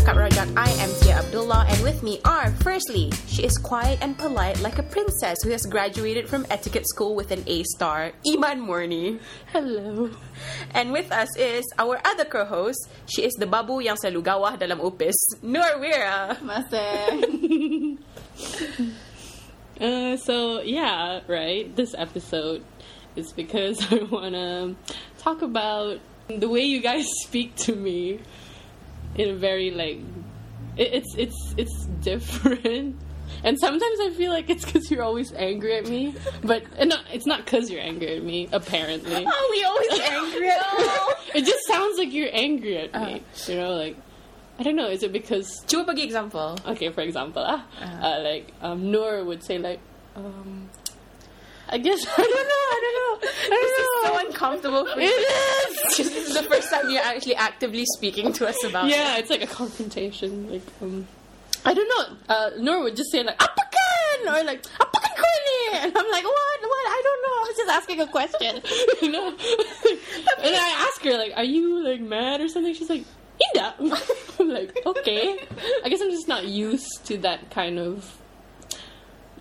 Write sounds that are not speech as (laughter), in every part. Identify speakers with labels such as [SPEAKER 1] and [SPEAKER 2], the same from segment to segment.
[SPEAKER 1] I am Tia Abdullah, and with me are firstly, she is quiet and polite like a princess who has graduated from etiquette school with an A star, Iman Morni.
[SPEAKER 2] Hello.
[SPEAKER 1] And with us is our other co host, she is the babu yang selalu gawah dalam upis, Nur Wira.
[SPEAKER 3] Masa.
[SPEAKER 2] (laughs) Uh, so yeah, right. This episode is because (laughs) I want to talk about the way you guys (laughs) speak to me in a very like it, it's it's it's different. (laughs) And sometimes I feel like it's because you're always angry at me, but and not, it's not because you're angry at me.
[SPEAKER 1] (laughs)
[SPEAKER 2] Apparently, (laughs)
[SPEAKER 1] Oh, we always angry at
[SPEAKER 2] it just sounds like you're angry at me. You know, like I don't know. Is it because
[SPEAKER 1] Cuba bagi example.
[SPEAKER 2] okay, for example, ah,
[SPEAKER 1] Uh-huh.
[SPEAKER 2] uh, like um, Noor would say like, um, I guess (laughs) I don't know, I don't know, I
[SPEAKER 1] This is
[SPEAKER 2] don't
[SPEAKER 1] so
[SPEAKER 2] know.
[SPEAKER 1] uncomfortable for you.
[SPEAKER 2] it is.
[SPEAKER 1] (laughs) This is the first time you're actually actively speaking to us about it.
[SPEAKER 2] Yeah, it's like a confrontation. Like um, I don't know. Uh, Noor would just say like apakan or like apakan ko ini, and I'm like what what I don't know. I was just asking a (laughs) question, you know. and I ask her like, are you like mad or something? She's like. Inda. (laughs) I'm like, okay. I guess I'm just not used to that kind of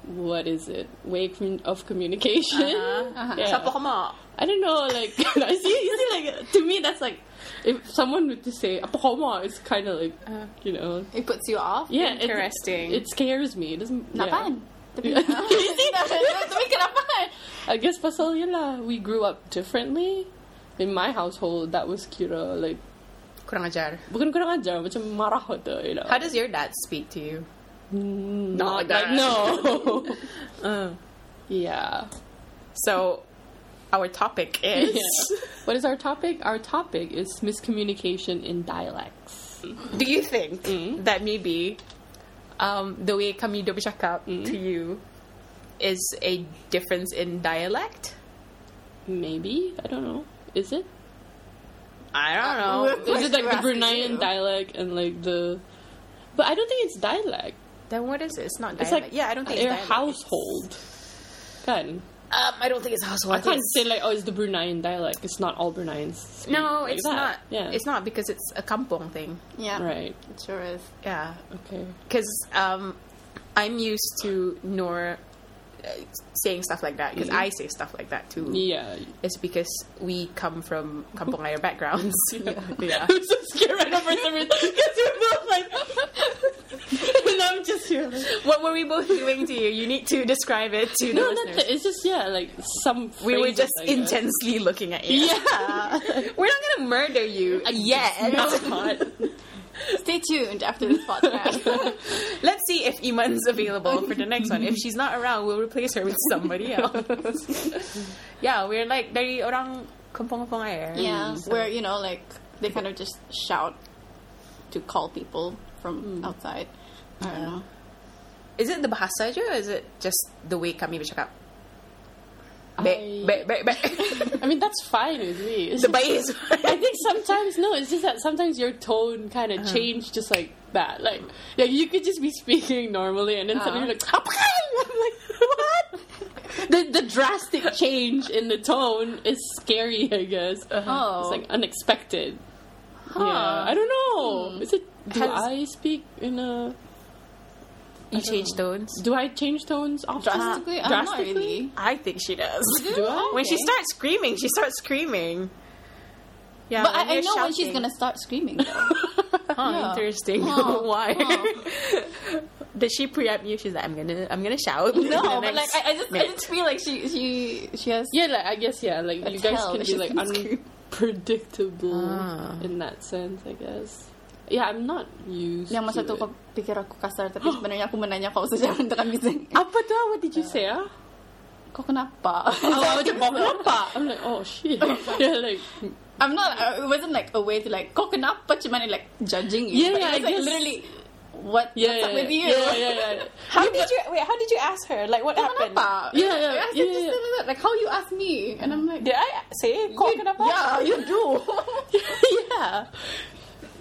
[SPEAKER 2] what is it? Way commun- of communication. Yeah.
[SPEAKER 1] Uh-huh. Siapa ka ma?
[SPEAKER 2] I don't know, like (laughs) I see, you see, like to me, that's like if someone would just say "apokoma," it's kind of like you know,
[SPEAKER 3] It puts you off.
[SPEAKER 2] yeah, it-
[SPEAKER 1] Interesting.
[SPEAKER 2] It, scares me. It doesn't. yeah.
[SPEAKER 3] Napaan?
[SPEAKER 2] (laughs)
[SPEAKER 3] Tapi,
[SPEAKER 2] Yeah.
[SPEAKER 3] tapi kenapa?
[SPEAKER 2] I guess pasal yun lah, we grew up differently. In my household, that was kira like
[SPEAKER 1] Kurang ajar.
[SPEAKER 2] bukan kurang ajar, macam marah gitu, you know.
[SPEAKER 1] How does your dad speak to you? Not
[SPEAKER 2] Not
[SPEAKER 1] that.
[SPEAKER 2] like no. Uh, yeah.
[SPEAKER 1] So, our topic is
[SPEAKER 2] Yeah. What is our topic? Our topic is miscommunication in dialects.
[SPEAKER 1] Do you think
[SPEAKER 2] Mm.
[SPEAKER 1] that maybe um, the way kami do bercakap
[SPEAKER 2] Mm.
[SPEAKER 1] to you is a difference in dialect?
[SPEAKER 2] Maybe I don't know. Is it?
[SPEAKER 1] I don't know.
[SPEAKER 2] Is it like the
[SPEAKER 3] You're asking
[SPEAKER 2] Bruneian
[SPEAKER 3] you.
[SPEAKER 2] dialect and like the? But I don't think it's dialect.
[SPEAKER 1] (laughs) then what is it? It's not
[SPEAKER 2] It's
[SPEAKER 1] dialect.
[SPEAKER 2] like
[SPEAKER 1] yeah, I don't think it's
[SPEAKER 2] your
[SPEAKER 1] dialect.
[SPEAKER 2] household. Kan?
[SPEAKER 1] Um, I don't think it's household.
[SPEAKER 2] I
[SPEAKER 1] think
[SPEAKER 2] can't
[SPEAKER 1] it's-
[SPEAKER 2] say like oh it's the Bruneian dialect. It's not all Bruneians. speak
[SPEAKER 1] No,
[SPEAKER 2] like
[SPEAKER 1] it's
[SPEAKER 2] that.
[SPEAKER 1] not.
[SPEAKER 2] Yeah.
[SPEAKER 1] It's not because it's a kampong thing.
[SPEAKER 3] Yeah.
[SPEAKER 2] right.
[SPEAKER 3] It sure is.
[SPEAKER 1] Yeah.
[SPEAKER 2] Okay.
[SPEAKER 1] Because um, I'm used to Nor uh, saying stuff like that because I say stuff like that too.
[SPEAKER 2] Yeah. (laughs)
[SPEAKER 1] It's because we come from kampong Ayer backgrounds. (laughs)
[SPEAKER 2] (laughs)
[SPEAKER 1] yeah.
[SPEAKER 2] I'm so scared right now for some
[SPEAKER 1] (laughs)
[SPEAKER 2] reason because we're both like, and I'm just here. Like,
[SPEAKER 1] What were we both doing to you? You need to describe it to the
[SPEAKER 2] no, not
[SPEAKER 1] listeners.
[SPEAKER 2] that. It's just yeah, like some.
[SPEAKER 1] we were
[SPEAKER 2] phrases,
[SPEAKER 1] just
[SPEAKER 2] I guess. (laughs)
[SPEAKER 1] intensely looking at you.
[SPEAKER 2] Yeah.
[SPEAKER 1] (laughs) We're not gonna murder you (laughs) yet.
[SPEAKER 2] It's not.
[SPEAKER 3] Stay tuned after this
[SPEAKER 2] (laughs)
[SPEAKER 3] podcast.
[SPEAKER 1] Let's see if Iman's available for the next one. If she's not around, we'll replace her with somebody else. (laughs) yeah, we're like dari orang Mm. kampung-kampung air.
[SPEAKER 3] yeah.
[SPEAKER 1] So-
[SPEAKER 3] (laughs) Where, you know, like, they kind of just shout to call people from
[SPEAKER 2] Mm.
[SPEAKER 3] outside. I don't know.
[SPEAKER 1] Is it the bahasa je or is it just the way kami bercakap?
[SPEAKER 2] I-
[SPEAKER 1] Baik, baik, baik,
[SPEAKER 3] (laughs)
[SPEAKER 1] baik.
[SPEAKER 2] I mean, that's fine with me. It's
[SPEAKER 1] The
[SPEAKER 2] just-
[SPEAKER 1] baik is
[SPEAKER 2] I think sometimes no, it's just that sometimes your tone kind
[SPEAKER 1] Uh-huh.
[SPEAKER 2] of changed just like that. Like, like you could just be speaking normally, and then suddenly you're like,
[SPEAKER 1] Uh-huh.
[SPEAKER 2] I'm like, what? the the drastic change in the tone is scary. I guess
[SPEAKER 1] Uh-huh.
[SPEAKER 3] Oh.
[SPEAKER 2] it's like unexpected. Yeah, I don't know. Is it? Do
[SPEAKER 1] Hmm. Has-
[SPEAKER 2] I speak in a?
[SPEAKER 1] You change tones?
[SPEAKER 2] Do I change tones often?
[SPEAKER 3] Drastically? I'm not
[SPEAKER 2] Drastically?
[SPEAKER 3] really.
[SPEAKER 1] I think she does.
[SPEAKER 2] Do I?
[SPEAKER 1] When she
[SPEAKER 3] Okay.
[SPEAKER 1] starts screaming, she starts screaming. Yeah,
[SPEAKER 3] But
[SPEAKER 1] when
[SPEAKER 3] I, I
[SPEAKER 1] you're
[SPEAKER 3] know when she's
[SPEAKER 1] shouting.
[SPEAKER 3] gonna start
[SPEAKER 1] (laughs)
[SPEAKER 3] screaming, though.
[SPEAKER 1] Huh,
[SPEAKER 3] Yeah.
[SPEAKER 1] Interesting.
[SPEAKER 3] Huh,
[SPEAKER 1] (laughs) Why? (laughs) Did she preempt you? She's like, I'm gonna, I'm gonna shout. (laughs) in the
[SPEAKER 3] no, but like,
[SPEAKER 1] next
[SPEAKER 3] I, I, just, I
[SPEAKER 1] minute."
[SPEAKER 3] just feel like she, she, she has.
[SPEAKER 2] Yeah, like I guess yeah, like you
[SPEAKER 3] That's
[SPEAKER 2] guys
[SPEAKER 3] hell,
[SPEAKER 2] can
[SPEAKER 3] that
[SPEAKER 2] be
[SPEAKER 3] she
[SPEAKER 2] like
[SPEAKER 3] can screw.
[SPEAKER 2] unpredictable
[SPEAKER 1] Ah.
[SPEAKER 2] in that sense, I guess. Yeah, I'm not used.
[SPEAKER 3] Yang masa
[SPEAKER 2] to
[SPEAKER 3] tu
[SPEAKER 2] it.
[SPEAKER 3] kau pikir aku kasar
[SPEAKER 1] (gasps)
[SPEAKER 3] Tapi sebenarnya aku menanya kau sejak tekan bising
[SPEAKER 2] Apa tu? What did you say? Ah,
[SPEAKER 3] Kau kenapa?
[SPEAKER 2] oh, I was like, kenapa? I'm like, oh shit. (laughs) yeah, like
[SPEAKER 3] (laughs) I'm not uh, It wasn't like a way to like Kau kenapa Cuman it, like judging you
[SPEAKER 2] Yeah, yeah, I
[SPEAKER 3] But it was like
[SPEAKER 2] guess-
[SPEAKER 3] literally What,
[SPEAKER 2] yeah,
[SPEAKER 3] what's
[SPEAKER 2] yeah,
[SPEAKER 3] up with you?
[SPEAKER 2] yeah, yeah, yeah, yeah.
[SPEAKER 1] how did you wait? How did you ask her? Like, what
[SPEAKER 3] Kau
[SPEAKER 1] happened?
[SPEAKER 3] kenapa?
[SPEAKER 2] Yeah, yeah,
[SPEAKER 3] I said
[SPEAKER 2] yeah,
[SPEAKER 3] just
[SPEAKER 2] yeah.
[SPEAKER 3] like that, Like how you ask me And I'm like
[SPEAKER 1] Did I say call
[SPEAKER 3] you- Yeah, (laughs) you do
[SPEAKER 2] yeah.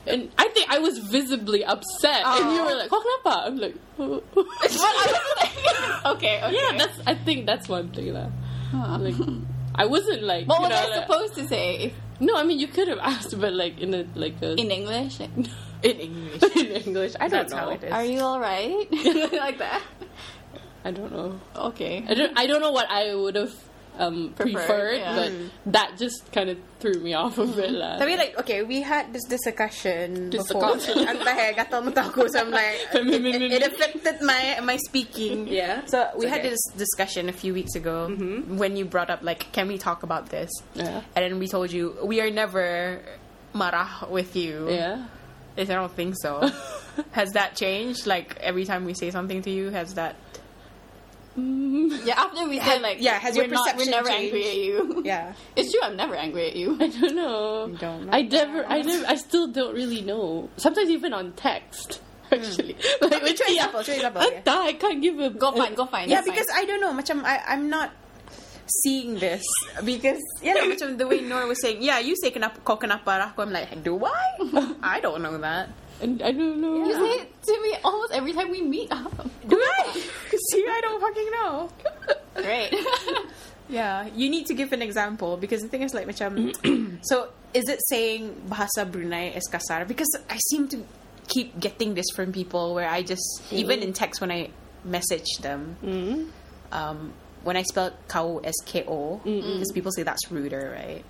[SPEAKER 2] And I think I was visibly upset, and you were like, "Kau kenapa?" I'm like, (laughs) oh.
[SPEAKER 3] Okay, okay
[SPEAKER 2] yeah, that's. I think that's one thing lah.
[SPEAKER 3] Huh.
[SPEAKER 2] Like, I wasn't like.
[SPEAKER 3] What
[SPEAKER 2] you
[SPEAKER 3] was
[SPEAKER 2] know,
[SPEAKER 3] I
[SPEAKER 2] like-
[SPEAKER 3] supposed to say if,
[SPEAKER 2] (laughs) No, I mean you could have asked, but like in a like a
[SPEAKER 3] In English? Like,
[SPEAKER 1] in English.
[SPEAKER 2] in English. (laughs) I don't
[SPEAKER 1] That's
[SPEAKER 2] know.
[SPEAKER 1] how it is.
[SPEAKER 3] Are you all (laughs) right? like that.
[SPEAKER 2] I don't know.
[SPEAKER 3] Okay.
[SPEAKER 2] I don't. I don't know what I would have um, preferred,
[SPEAKER 3] Preferred, yeah.
[SPEAKER 2] but that just kind of threw me off a bit. lah.
[SPEAKER 1] (laughs) Tapi like, okay, we had this discussion before. (laughs)
[SPEAKER 2] Discussion.
[SPEAKER 1] Ang tahe, gatal mata ko. So I'm like,
[SPEAKER 2] (laughs)
[SPEAKER 1] it, it- it affected my my speaking.
[SPEAKER 2] Yeah.
[SPEAKER 1] So we
[SPEAKER 2] It's
[SPEAKER 1] had
[SPEAKER 2] okay. Mm-hmm.
[SPEAKER 1] this discussion a few weeks ago when you brought up like, can we talk about this?
[SPEAKER 2] Yeah.
[SPEAKER 1] And then we told you we are never marah with you.
[SPEAKER 2] yeah. (laughs)
[SPEAKER 1] I don't think so. has that changed? Like every time we say something to you, has that?
[SPEAKER 3] Yeah. After we said like,
[SPEAKER 1] yeah, has your
[SPEAKER 3] we're not-
[SPEAKER 1] perception
[SPEAKER 3] We're never
[SPEAKER 1] changed?
[SPEAKER 3] angry at (laughs) you.
[SPEAKER 1] Yeah.
[SPEAKER 3] It's true. I'm never angry at you.
[SPEAKER 2] I don't know.
[SPEAKER 1] You don't know.
[SPEAKER 2] I never. I never. I still don't really know. Sometimes even on text, (laughs)
[SPEAKER 1] Hmm.
[SPEAKER 2] actually. Like, (laughs) which
[SPEAKER 1] Show example, show example, yeah.
[SPEAKER 2] entah, I can't give a.
[SPEAKER 3] (laughs) Go find. Go find.
[SPEAKER 1] yeah,
[SPEAKER 3] it's fine.
[SPEAKER 1] because I don't know. Macam I, I'm not seeing this because yeah, like, macam the way Nora was saying, yeah, you say kenapa kau kenapa aku, I'm like, do I? (laughs) I don't know that.
[SPEAKER 2] And I don't know.
[SPEAKER 3] you say it to me almost every time we meet up.
[SPEAKER 1] Do I? (laughs) See, I don't fucking know.
[SPEAKER 3] Great.
[SPEAKER 1] (laughs) Yeah, you need to give an example because the thing is like macam
[SPEAKER 3] (clears throat)
[SPEAKER 1] so is it saying bahasa Brunei is kasar because I seem to keep getting this from people where I just
[SPEAKER 3] Hmm.
[SPEAKER 1] even in text when I message them um, when I spell kao as ko
[SPEAKER 3] Hmm.
[SPEAKER 1] because people say that's ruder right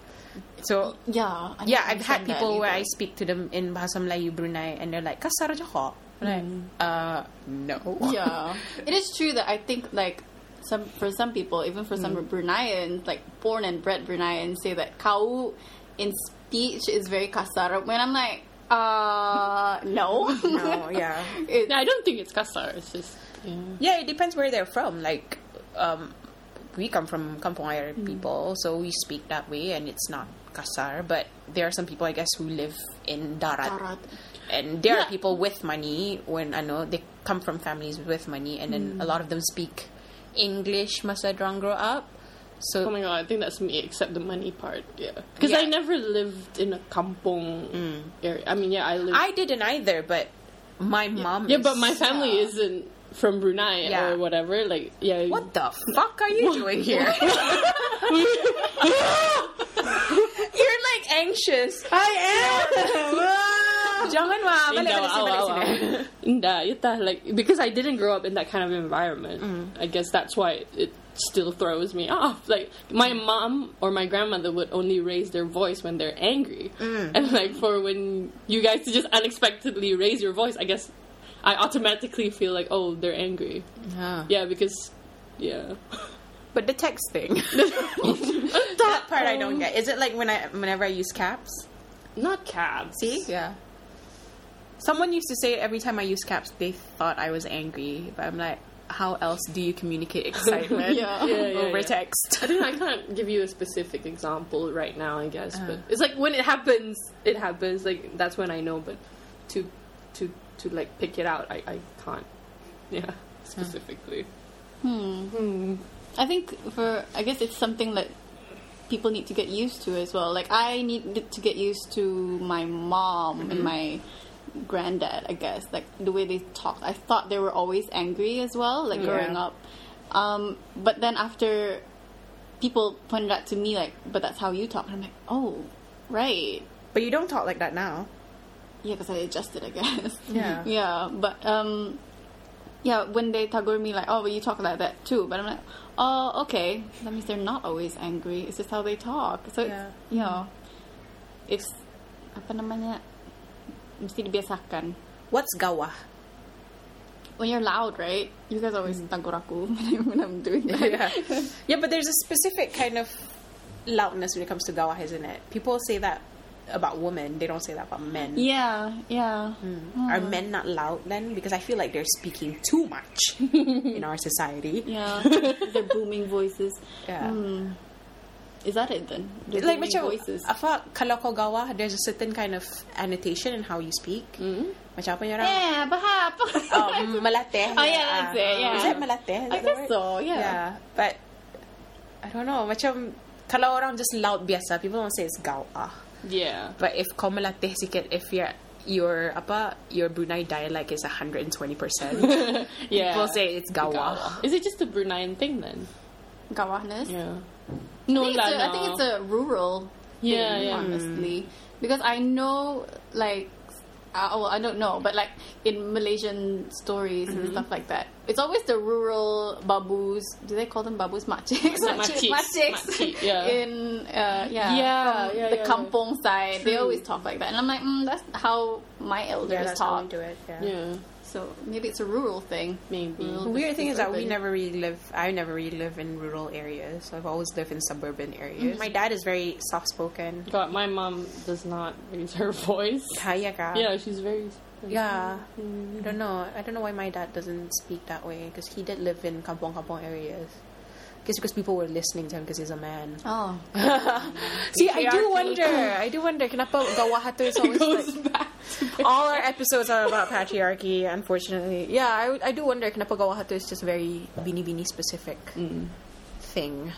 [SPEAKER 1] so
[SPEAKER 3] yeah. I
[SPEAKER 1] yeah
[SPEAKER 3] don't
[SPEAKER 1] I've had
[SPEAKER 3] understand that
[SPEAKER 1] people where I
[SPEAKER 3] either.
[SPEAKER 1] speak to them in bahasa Melayu Brunei and they're like kasar aja ho like uh no (laughs)
[SPEAKER 3] yeah, (laughs) it is true that I think like some for some people, even for some
[SPEAKER 1] Mm.
[SPEAKER 3] Bruneians, like born and bred Bruneians, say that kau in speech is very kasar. When I'm like, uh,
[SPEAKER 1] (laughs)
[SPEAKER 3] no,
[SPEAKER 2] Oh,
[SPEAKER 1] no yeah
[SPEAKER 3] (laughs) It-
[SPEAKER 2] No, I don't think it's kasar. It's just. Yeah.
[SPEAKER 1] Yeah, it depends where they're from. Like, um, we come from Kampong Ayer
[SPEAKER 2] Hmm.
[SPEAKER 1] people, so we speak that way, and it's not kasar. But there are some people, I guess, who live in darat,
[SPEAKER 3] Darat.
[SPEAKER 1] and there are
[SPEAKER 2] Yeah.
[SPEAKER 1] people with money. When I know they come from families with money, and
[SPEAKER 2] Hmm.
[SPEAKER 1] then a lot of them speak English. Masa drang grow up, so
[SPEAKER 2] Oh my god, I think that's me, except the money part. Yeah, because
[SPEAKER 1] Yeah.
[SPEAKER 2] I
[SPEAKER 1] Hmm.
[SPEAKER 2] never lived in a kampong area. I mean, yeah, I lived.
[SPEAKER 1] I didn't either. But my mom,
[SPEAKER 2] yeah,
[SPEAKER 1] is-
[SPEAKER 2] but my family isn't from Brunei
[SPEAKER 1] Yeah.
[SPEAKER 2] or whatever. Like, yeah,
[SPEAKER 1] What the fuck are you doing
[SPEAKER 2] (laughs)
[SPEAKER 1] here? You're like anxious. I (laughs) am. Jangan wah, balik balik
[SPEAKER 2] Indah,
[SPEAKER 1] sini,
[SPEAKER 2] wow,
[SPEAKER 1] balik
[SPEAKER 2] wow,
[SPEAKER 1] sini.
[SPEAKER 2] wow. (laughs) Indah, yata, like because I didn't grow up in that kind of environment. I guess that's why it still throws me off. Like my mom or my grandmother would only raise their voice when they're angry, and like for when you guys to just unexpectedly raise your voice, I guess I automatically feel like oh they're angry. Yeah, because yeah, (laughs)
[SPEAKER 1] But the text thing. that part I don't get. Is it like when I whenever I use caps?
[SPEAKER 2] not cabs.
[SPEAKER 1] See? Yeah. Someone used to say every time I use caps, they thought I was angry. But I'm like, how else do you
[SPEAKER 2] (laughs)
[SPEAKER 1] communicate excitement
[SPEAKER 3] Yeah.
[SPEAKER 1] (laughs)
[SPEAKER 2] Yeah, yeah,
[SPEAKER 1] over
[SPEAKER 2] yeah.
[SPEAKER 1] text? (laughs)
[SPEAKER 2] I don't know, I can't give you a specific example right now, I guess, but it's like when it happens, it happens. Like that's when I know, but to to to like pick it out, I, I can't. (laughs) Yeah, specifically.
[SPEAKER 3] I think for I guess it's something that people need to get used to as well. Like I need to get used to my mom and my granddad. I guess like the way they talk. I thought they were always angry as well. Like growing up, um, but then after people pointed out to me like, but that's how you talk. And I'm like, oh, right.
[SPEAKER 1] But you don't talk like that now.
[SPEAKER 3] Yeah, because I adjusted, I guess.
[SPEAKER 1] (laughs) Yeah.
[SPEAKER 3] Yeah, but um, yeah. When they tagur me like, oh, but you talk like that too, but I'm like, oh, okay. That means they're not always angry. It's just how they talk. So
[SPEAKER 1] Yeah.
[SPEAKER 3] it's you know, it's apa namanya mesti dibiasakan.
[SPEAKER 1] What's gawa?
[SPEAKER 3] When you're loud, right? You guys always tagur aku (laughs) when I'm doing that.
[SPEAKER 1] Mm. yeah. yeah, but there's a specific kind of loudness when it comes to gawa, isn't it? People say that about women, they don't say that about men.
[SPEAKER 3] Yeah, yeah.
[SPEAKER 1] Are men not loud then? Because I feel like they're speaking too much
[SPEAKER 3] (laughs)
[SPEAKER 1] in our society. (laughs)
[SPEAKER 3] Yeah, their booming voices. Hmm.
[SPEAKER 1] Yeah.
[SPEAKER 3] Is that it then? Their
[SPEAKER 1] Like,
[SPEAKER 3] booming
[SPEAKER 1] macam,
[SPEAKER 3] voices.
[SPEAKER 1] apa, kalau kau gawa, there's a certain kind of annotation in how you speak.
[SPEAKER 3] Mm.
[SPEAKER 1] Macam apa yang orang,
[SPEAKER 3] Yeah, perhaps. (laughs)
[SPEAKER 1] um, melatih. Ah,
[SPEAKER 3] Oh, yeah, that's it, yeah.
[SPEAKER 1] Is that melatih? Is
[SPEAKER 3] I
[SPEAKER 1] that the
[SPEAKER 3] guess
[SPEAKER 1] word?
[SPEAKER 3] so, yeah.
[SPEAKER 1] but I don't know. Macam kalau orang just loud biasa, people don't say it's gawa.
[SPEAKER 2] Yeah.
[SPEAKER 1] But if kau melatih sikit, if your your apa your Brunei dialect is 120%, (laughs)
[SPEAKER 2] Yeah.
[SPEAKER 1] people say it's gawa.
[SPEAKER 2] Gawa. Is it just a Bruneian thing then?
[SPEAKER 3] Gawahness.
[SPEAKER 2] Yeah. No,
[SPEAKER 3] I think,
[SPEAKER 2] lah,
[SPEAKER 3] it's a, I
[SPEAKER 2] no.
[SPEAKER 3] think it's
[SPEAKER 1] oh.
[SPEAKER 3] a rural
[SPEAKER 2] Yeah,
[SPEAKER 3] thing,
[SPEAKER 2] yeah.
[SPEAKER 1] Mm.
[SPEAKER 3] honestly. Because I know, like, I, well, I don't know, but like in Malaysian stories
[SPEAKER 1] Mm-hmm.
[SPEAKER 3] and stuff like that, it's always the rural babus. Do they call them babus? Makciks.
[SPEAKER 2] Yeah, makciks. Makcik, yeah.
[SPEAKER 3] (laughs) In uh,
[SPEAKER 2] Yeah,
[SPEAKER 3] yeah, from
[SPEAKER 2] yeah,
[SPEAKER 3] the
[SPEAKER 2] yeah, yeah.
[SPEAKER 3] kampong side, they always talk like that, and I'm like, mm, that's how my elders
[SPEAKER 1] Yeah, that's how we
[SPEAKER 3] talk.
[SPEAKER 1] do it. Yeah.
[SPEAKER 2] Yeah,
[SPEAKER 3] So maybe it's a rural thing.
[SPEAKER 2] maybe.
[SPEAKER 1] The
[SPEAKER 3] Rural
[SPEAKER 1] weird thing is
[SPEAKER 3] versus
[SPEAKER 1] that we
[SPEAKER 3] urban.
[SPEAKER 1] never really live. I never really live in rural areas. So I've always lived in suburban areas. My dad is very soft spoken.
[SPEAKER 2] God, my mom does not raise her (laughs) voice. Yeah, she's very.
[SPEAKER 1] Yeah, Mm, I don't know. I don't know why my dad doesn't speak that way because he did live in kampong kampong areas. Guess because people were listening to him because he's a man.
[SPEAKER 3] Oh,
[SPEAKER 1] (laughs) See, I do
[SPEAKER 2] Patriarchy.
[SPEAKER 1] wonder. I do wonder. Kenapa (laughs) Gawahato is
[SPEAKER 2] It
[SPEAKER 1] always
[SPEAKER 2] goes
[SPEAKER 1] like,
[SPEAKER 2] back.
[SPEAKER 1] all our episodes are about patriarchy. Unfortunately, yeah, I, I do wonder. Kenapa Gawahato is just very bini bini specific thing.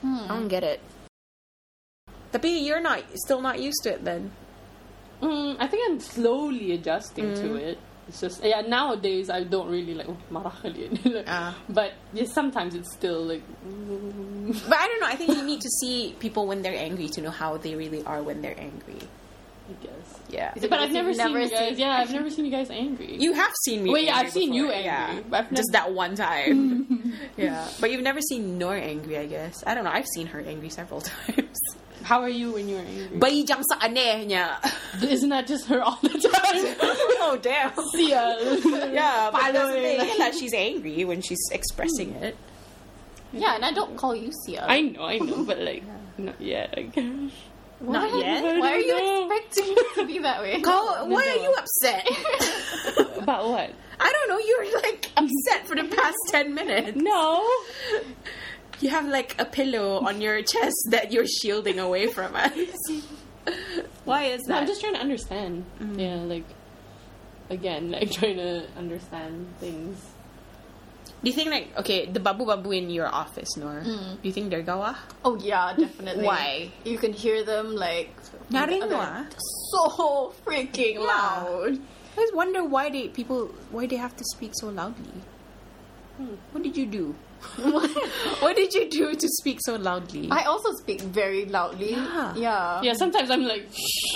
[SPEAKER 2] Hmm.
[SPEAKER 1] I don't get it. Tapi you're not still not used to it then.
[SPEAKER 2] Mm, I think I'm slowly adjusting
[SPEAKER 3] Mm.
[SPEAKER 2] to it. It's just yeah. Nowadays, I don't really like oh, marah kali ni," (laughs) like,
[SPEAKER 1] Ah.
[SPEAKER 2] but yeah, sometimes it's still like. mm.
[SPEAKER 1] But I don't know. I think you need to see people when they're angry to know how they really are when they're angry.
[SPEAKER 2] I guess.
[SPEAKER 1] Yeah.
[SPEAKER 3] Is it
[SPEAKER 2] but I've
[SPEAKER 3] because
[SPEAKER 2] never
[SPEAKER 3] you've
[SPEAKER 2] seen
[SPEAKER 3] never
[SPEAKER 2] you guys.
[SPEAKER 3] seen-
[SPEAKER 2] Yeah, I've never seen you guys angry.
[SPEAKER 1] You have seen me.
[SPEAKER 2] Wait,
[SPEAKER 1] angry
[SPEAKER 2] yeah, I've seen you
[SPEAKER 1] before,
[SPEAKER 2] angry,
[SPEAKER 1] yeah.
[SPEAKER 2] but I've
[SPEAKER 1] Just that one time.
[SPEAKER 2] (laughs)
[SPEAKER 1] yeah, but you've never seen Nor angry, I guess. I don't know. I've seen her angry several (laughs) times.
[SPEAKER 2] How are you when you're angry?
[SPEAKER 1] Bayi jang sa aneh niya.
[SPEAKER 2] isn't that just her all the (laughs) time?
[SPEAKER 1] (laughs) oh damn.
[SPEAKER 2] See uh, ya.
[SPEAKER 1] Yeah, but that's the
[SPEAKER 2] Following,
[SPEAKER 1] thing
[SPEAKER 2] like-
[SPEAKER 1] that she's angry when she's expressing it.
[SPEAKER 3] yeah, and I don't call you
[SPEAKER 2] (laughs)
[SPEAKER 3] Sia.
[SPEAKER 2] I know, I know, but like not yet. I guess.
[SPEAKER 1] Not (laughs) yet.
[SPEAKER 3] Why are you
[SPEAKER 2] No.
[SPEAKER 3] expecting me to be that way?
[SPEAKER 1] Go, why are you upset? (laughs)
[SPEAKER 2] About what?
[SPEAKER 1] I don't know. You're like upset for the (laughs) past ten minutes.
[SPEAKER 2] No.
[SPEAKER 1] You have like a pillow on your chest that you're shielding away from us. Why is
[SPEAKER 2] No, I'm
[SPEAKER 1] that?
[SPEAKER 2] just trying to understand.
[SPEAKER 3] Mm.
[SPEAKER 2] Yeah, like again, like trying to understand things.
[SPEAKER 1] Do you think like okay, the babu babu in your office, Nor? Do you think they're gawa?
[SPEAKER 3] Oh yeah, definitely.
[SPEAKER 1] Why?
[SPEAKER 3] You can hear them like
[SPEAKER 1] Narinwa.
[SPEAKER 3] they're so freaking
[SPEAKER 1] I
[SPEAKER 3] loud.
[SPEAKER 1] always wonder why they people why they have to speak so loudly. Hmm, What did you do? (laughs) what did you do to speak so loudly?
[SPEAKER 3] I also speak very loudly.
[SPEAKER 1] Yeah.
[SPEAKER 3] Yeah.
[SPEAKER 2] Yeah, sometimes I'm like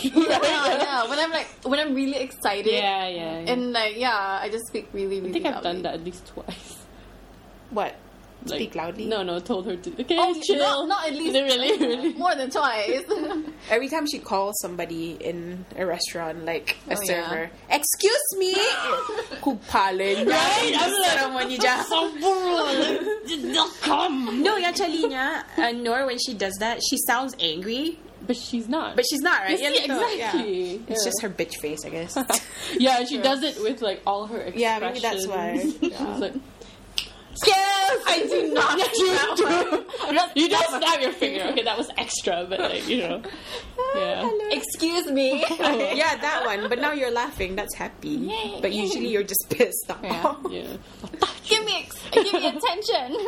[SPEAKER 3] Um,
[SPEAKER 2] (laughs)
[SPEAKER 3] (laughs) Yeah, yeah. When I'm like when I'm really excited.
[SPEAKER 2] Yeah, yeah. yeah.
[SPEAKER 3] And like yeah, I just speak really really
[SPEAKER 2] I think I've done
[SPEAKER 3] loudly.
[SPEAKER 2] that at least twice.
[SPEAKER 1] what?
[SPEAKER 2] Like,
[SPEAKER 1] Speak loudly?
[SPEAKER 2] No, no, told her to okay,
[SPEAKER 3] Oh,
[SPEAKER 2] chill.
[SPEAKER 3] Not, not at least
[SPEAKER 2] really, really.
[SPEAKER 3] (laughs) more than twice.
[SPEAKER 1] Every time she calls somebody in a restaurant, like a
[SPEAKER 3] Oh, yeah.
[SPEAKER 1] server, excuse (laughs) me, kupalin.
[SPEAKER 2] Right? I'm like-
[SPEAKER 1] when you just.
[SPEAKER 2] So brutal. (laughs) They'll come.
[SPEAKER 1] No, actually, yeah. Uh, Nor, when she does that, she sounds angry,
[SPEAKER 2] But she's not.
[SPEAKER 1] but she's not, right?
[SPEAKER 2] You see,
[SPEAKER 1] Yeah, no, yeah.
[SPEAKER 2] exactly.
[SPEAKER 1] It's
[SPEAKER 2] Yeah.
[SPEAKER 1] just her bitch face, I guess.
[SPEAKER 2] (laughs) yeah, she does it with like all her
[SPEAKER 1] Yeah,
[SPEAKER 2] expressions.
[SPEAKER 1] maybe that's why. Yeah.
[SPEAKER 2] (laughs) She's like,
[SPEAKER 1] (laughs) yes, I do (laughs) not. (laughs)
[SPEAKER 2] you don't snap your finger. Okay, that was extra, but like you
[SPEAKER 1] (laughs)
[SPEAKER 2] know, yeah.
[SPEAKER 3] Excuse
[SPEAKER 2] (laughs)
[SPEAKER 3] me.
[SPEAKER 1] yeah, that one. But now you're laughing. That's happy.
[SPEAKER 3] Yay.
[SPEAKER 1] But usually you're just pissed off. (laughs)
[SPEAKER 3] Yeah.
[SPEAKER 2] Yeah.
[SPEAKER 3] give me ex- give me attention. (laughs)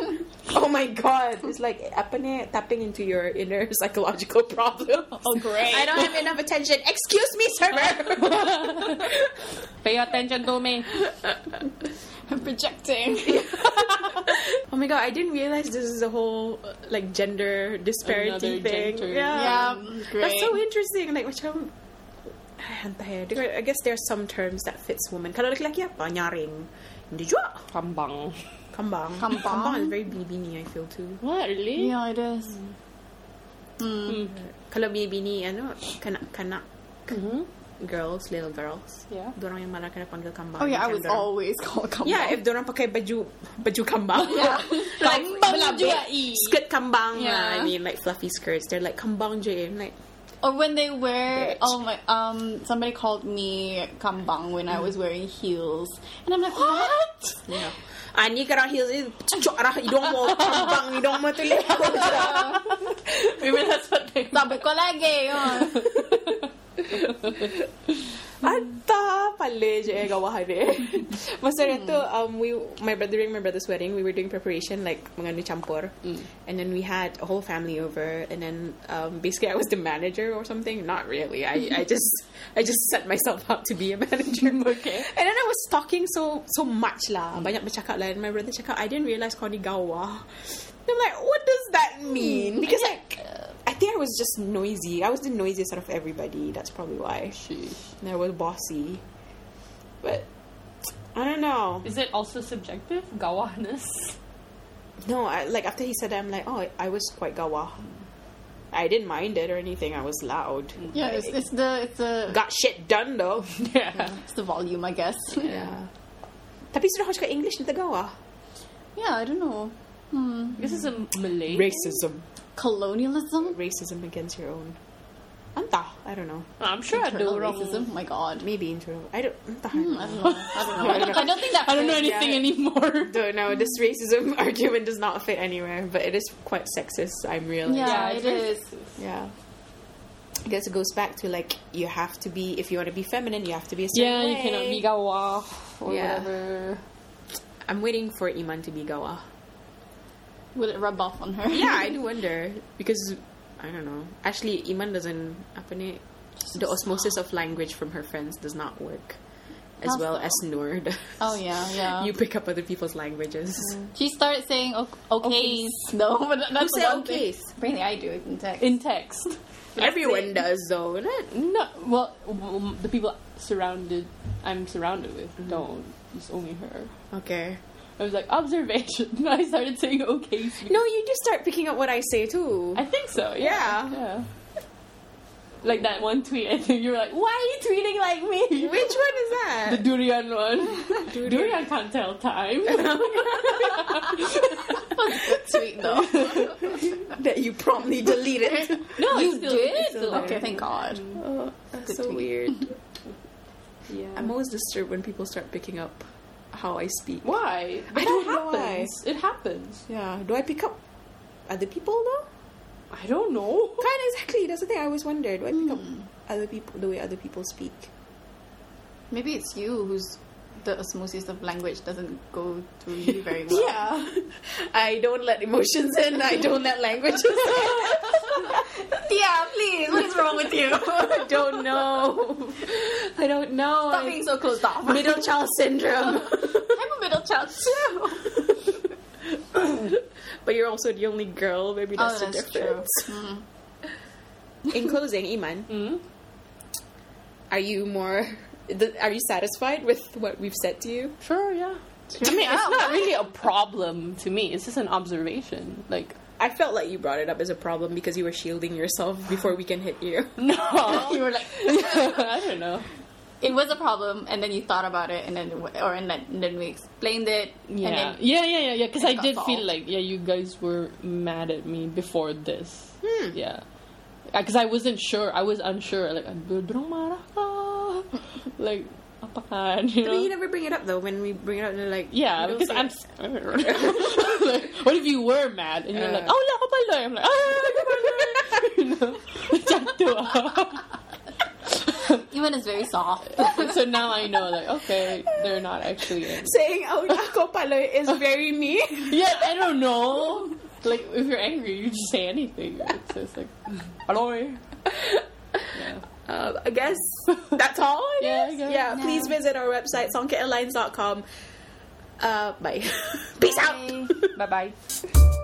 [SPEAKER 1] Oh my god! It's like apane tapping into your inner (laughs) psychological problem.
[SPEAKER 2] Oh, great.
[SPEAKER 1] I don't have enough attention. Excuse me,
[SPEAKER 2] (laughs)
[SPEAKER 1] server.
[SPEAKER 2] Pay attention to me.
[SPEAKER 3] I'm (laughs) projecting.
[SPEAKER 1] (laughs) oh my god! I didn't realize this is a whole uh, like gender disparity
[SPEAKER 2] Another
[SPEAKER 1] thing.
[SPEAKER 2] gender-
[SPEAKER 3] yeah, great.
[SPEAKER 1] That's so interesting. Like, macam, Ay, entah eh. There- I guess there are some terms that fits women. Kalau lelaki apa? Nyaring. Hindi juga.
[SPEAKER 2] Kambang.
[SPEAKER 1] Kambang. is
[SPEAKER 3] Kambang.
[SPEAKER 1] very bini-bini, I feel, too.
[SPEAKER 2] What really?
[SPEAKER 3] yeah, it is.
[SPEAKER 1] Kalau bini-bini, ano, kanak-kanak
[SPEAKER 2] Mhm.
[SPEAKER 1] girls, little girls.
[SPEAKER 2] Yeah.
[SPEAKER 1] Dorang yang malah kena panggil kambang.
[SPEAKER 3] Mm-hmm. Oh yeah, I
[SPEAKER 1] Macam
[SPEAKER 3] was
[SPEAKER 1] dorang-
[SPEAKER 3] always called Kamal.
[SPEAKER 1] Yeah, if dorang pakai baju baju kambang.
[SPEAKER 3] (laughs) Yeah.
[SPEAKER 1] like
[SPEAKER 3] Kambang juga
[SPEAKER 2] E.
[SPEAKER 1] belabik,
[SPEAKER 3] i.
[SPEAKER 1] skirt kambang. Yeah.
[SPEAKER 3] Yeah.
[SPEAKER 1] I mean, like fluffy skirts. They're like kambang je. I'm like,
[SPEAKER 3] Or when they wear
[SPEAKER 1] Bitch.
[SPEAKER 3] oh my um somebody called me kambang when I was wearing heels and I'm like Mm. what?
[SPEAKER 1] no. Ah, ni karang heels ni cucuk arah hidung mo, kambang hidung mo tu lekor je.
[SPEAKER 2] (laughs)
[SPEAKER 3] (laughs)
[SPEAKER 2] Maybe that's what they.
[SPEAKER 3] Tak berkolage. oh.
[SPEAKER 1] Anta pala je eh, gawahan eh. (laughs) Masa hmm. tu, um, we, my brother, during my brother's wedding, we were doing preparation, like menganu campur. And then we had a whole family over. And then um, basically I was the manager or something. Not really. I, (laughs) I just I just set myself (laughs) up to be a (laughs) manager.
[SPEAKER 2] Okay.
[SPEAKER 1] And then I was talking so so much lah. Banyak bercakap lah. And my brother cakap, I didn't realize kau ni gawa. I'm Hmm. like, uh, what does that mean? Because like, I think I was just noisy. I was the noisiest out of everybody. That's probably why. And I was bossy. But I don't know.
[SPEAKER 4] Is it also subjective? Gawaness?
[SPEAKER 1] No, I, like after he said that, I'm like, oh, I was quite gawa. I didn't mind it or anything. I was loud.
[SPEAKER 3] (laughs) Yeah, it's, it's the it's the
[SPEAKER 1] Got shit done
[SPEAKER 3] (laughs)
[SPEAKER 1] though.
[SPEAKER 4] Yeah.
[SPEAKER 3] it's the volume, I guess. (laughs)
[SPEAKER 1] Yeah. Tapi sudah harus ke English na gawa.
[SPEAKER 3] yeah, I don't know.
[SPEAKER 4] This is a Malay.
[SPEAKER 1] Racism.
[SPEAKER 3] Colonialism.
[SPEAKER 1] Racism against your own. Anta. I don't know.
[SPEAKER 4] I'm sure I
[SPEAKER 3] Internal
[SPEAKER 4] do wrong.
[SPEAKER 3] racism. my God.
[SPEAKER 1] Maybe internal. I don't. Anta.
[SPEAKER 3] (laughs) Hmm, I don't know. I don't know. (laughs) I don't, I don't think that.
[SPEAKER 2] (laughs) I don't know anything
[SPEAKER 1] Yeah.
[SPEAKER 2] anymore.
[SPEAKER 1] don't know. This racism (laughs) argument does not fit anywhere, but it is quite sexist. I'm realizing.
[SPEAKER 4] Yeah,
[SPEAKER 3] Yeah, it
[SPEAKER 4] it's
[SPEAKER 3] is.
[SPEAKER 1] Yeah. I guess it goes back to like you have to be if you want to be feminine, you have to be a certain
[SPEAKER 2] Yeah, you
[SPEAKER 1] way.
[SPEAKER 2] cannot be gawa or
[SPEAKER 1] Yeah.
[SPEAKER 2] whatever.
[SPEAKER 1] I'm waiting for Iman to be (laughs) Gawa.
[SPEAKER 3] Will it rub off on her?
[SPEAKER 1] Yeah, I do wonder because I don't know. Actually, Iman doesn't. Apa ni? The osmosis of language from her friends does not work as
[SPEAKER 3] How's
[SPEAKER 1] well
[SPEAKER 3] that?
[SPEAKER 1] as Noor does.
[SPEAKER 3] Oh yeah,
[SPEAKER 1] (laughs)
[SPEAKER 3] yeah.
[SPEAKER 1] You pick up other people's languages.
[SPEAKER 3] (laughs)
[SPEAKER 1] (laughs)
[SPEAKER 3] she started saying o- okays. No, (laughs) but that- that's
[SPEAKER 1] Who
[SPEAKER 3] the
[SPEAKER 1] say
[SPEAKER 3] one thing. Apparently, I do it in (laughs) text.
[SPEAKER 2] In text.
[SPEAKER 1] Everyone does though, isn't it?
[SPEAKER 2] No, well, w- the people surrounded, I'm surrounded with
[SPEAKER 3] Mm-hmm.
[SPEAKER 2] don't. It's only her.
[SPEAKER 1] Okay.
[SPEAKER 2] I was like, observation. (laughs) I started saying okay. so-
[SPEAKER 1] No, you do start picking up what I say too.
[SPEAKER 2] I think so,
[SPEAKER 1] Yeah.
[SPEAKER 2] yeah. Yeah. Like that one tweet, I think you were like, why are you tweeting like me?
[SPEAKER 1] Which one is that?
[SPEAKER 2] The durian (laughs) one. Uh, Durian, can't tell time.
[SPEAKER 3] Sweet (laughs) though.
[SPEAKER 1] (laughs) that you promptly deleted.
[SPEAKER 2] (laughs) no,
[SPEAKER 3] you
[SPEAKER 2] it's still,
[SPEAKER 3] did.
[SPEAKER 2] It's still
[SPEAKER 3] okay,
[SPEAKER 2] there.
[SPEAKER 3] thank God.
[SPEAKER 1] oh, (laughs) that's
[SPEAKER 3] Good
[SPEAKER 1] so
[SPEAKER 3] tweet.
[SPEAKER 1] weird.
[SPEAKER 2] Yeah.
[SPEAKER 1] I'm always disturbed when people start picking up how I speak.
[SPEAKER 2] Why? But
[SPEAKER 1] don't
[SPEAKER 2] it
[SPEAKER 1] know why.
[SPEAKER 2] happens. It happens.
[SPEAKER 1] Yeah, do I pick up other people though?
[SPEAKER 2] I don't know.
[SPEAKER 1] Kind of exactly. That's the thing I always wonder. Do I pick up
[SPEAKER 3] Hmm.
[SPEAKER 1] other people the way other people speak?
[SPEAKER 3] Maybe it's you who's the osmosis of language doesn't go through you (laughs) very well.
[SPEAKER 1] Yeah, (laughs) I don't let emotions in. I don't let languages. (laughs)
[SPEAKER 3] yeah, please. What is wrong with you?
[SPEAKER 1] I don't know. I don't know.
[SPEAKER 3] Stop being so closed off.
[SPEAKER 1] Middle child syndrome.
[SPEAKER 3] (laughs)
[SPEAKER 1] (laughs)
[SPEAKER 3] I'm a middle child too.
[SPEAKER 1] but you're also the only girl. Maybe Oh, that's, Mm-hmm. the difference. In closing, Iman,
[SPEAKER 2] Hmm?
[SPEAKER 1] are you more? th- Are you satisfied with what we've said to you?
[SPEAKER 2] Sure, yeah. I mean, it's not really a problem to me. It's just an observation. Like, (laughs)
[SPEAKER 1] I felt like you brought it up as a problem because you were shielding yourself before we can hit you.
[SPEAKER 2] no.
[SPEAKER 3] (laughs) (laughs) You were like,
[SPEAKER 2] I don't know.
[SPEAKER 3] it was a problem, and then you thought about it, and then or and then, and then we explained it.
[SPEAKER 2] Yeah.
[SPEAKER 3] And then,
[SPEAKER 2] yeah, yeah, yeah, yeah. Because
[SPEAKER 3] and
[SPEAKER 2] I
[SPEAKER 3] it got
[SPEAKER 2] did
[SPEAKER 3] solved.
[SPEAKER 2] feel like, yeah, you guys were mad at me before this. Yeah. Because I wasn't sure. I was unsure. Like, "Berong marah ka?" (laughs) like, apakan, you
[SPEAKER 1] But you
[SPEAKER 2] know?
[SPEAKER 1] never bring it up though. When we bring it up, they're like, you
[SPEAKER 2] Yeah,
[SPEAKER 1] don't
[SPEAKER 2] because
[SPEAKER 1] say
[SPEAKER 2] I'm.
[SPEAKER 1] it.
[SPEAKER 2] (laughs) like, what if you were mad and you're like,
[SPEAKER 1] Uh.
[SPEAKER 2] oh, yeah, apa lah?" I'm like, ah, you (laughs) know? (laughs) Macam tu ah. (laughs)
[SPEAKER 3] Even is very soft.
[SPEAKER 2] so now I know, like, okay, they're not actually. In.
[SPEAKER 1] (laughs) saying "Oh,
[SPEAKER 2] (laughs)
[SPEAKER 1] ako paloy" is very me.
[SPEAKER 2] Yeah, I don't know. Like, if you're angry, you just say anything. It's just like, hello. Yeah.
[SPEAKER 1] Uh, I guess that's all. I
[SPEAKER 2] Yeah, I
[SPEAKER 1] guess.
[SPEAKER 2] guess.
[SPEAKER 1] yeah. Please visit our website songkitalliance.com. Uh, bye. (laughs) Peace out.
[SPEAKER 3] Bye.
[SPEAKER 2] Bye bye.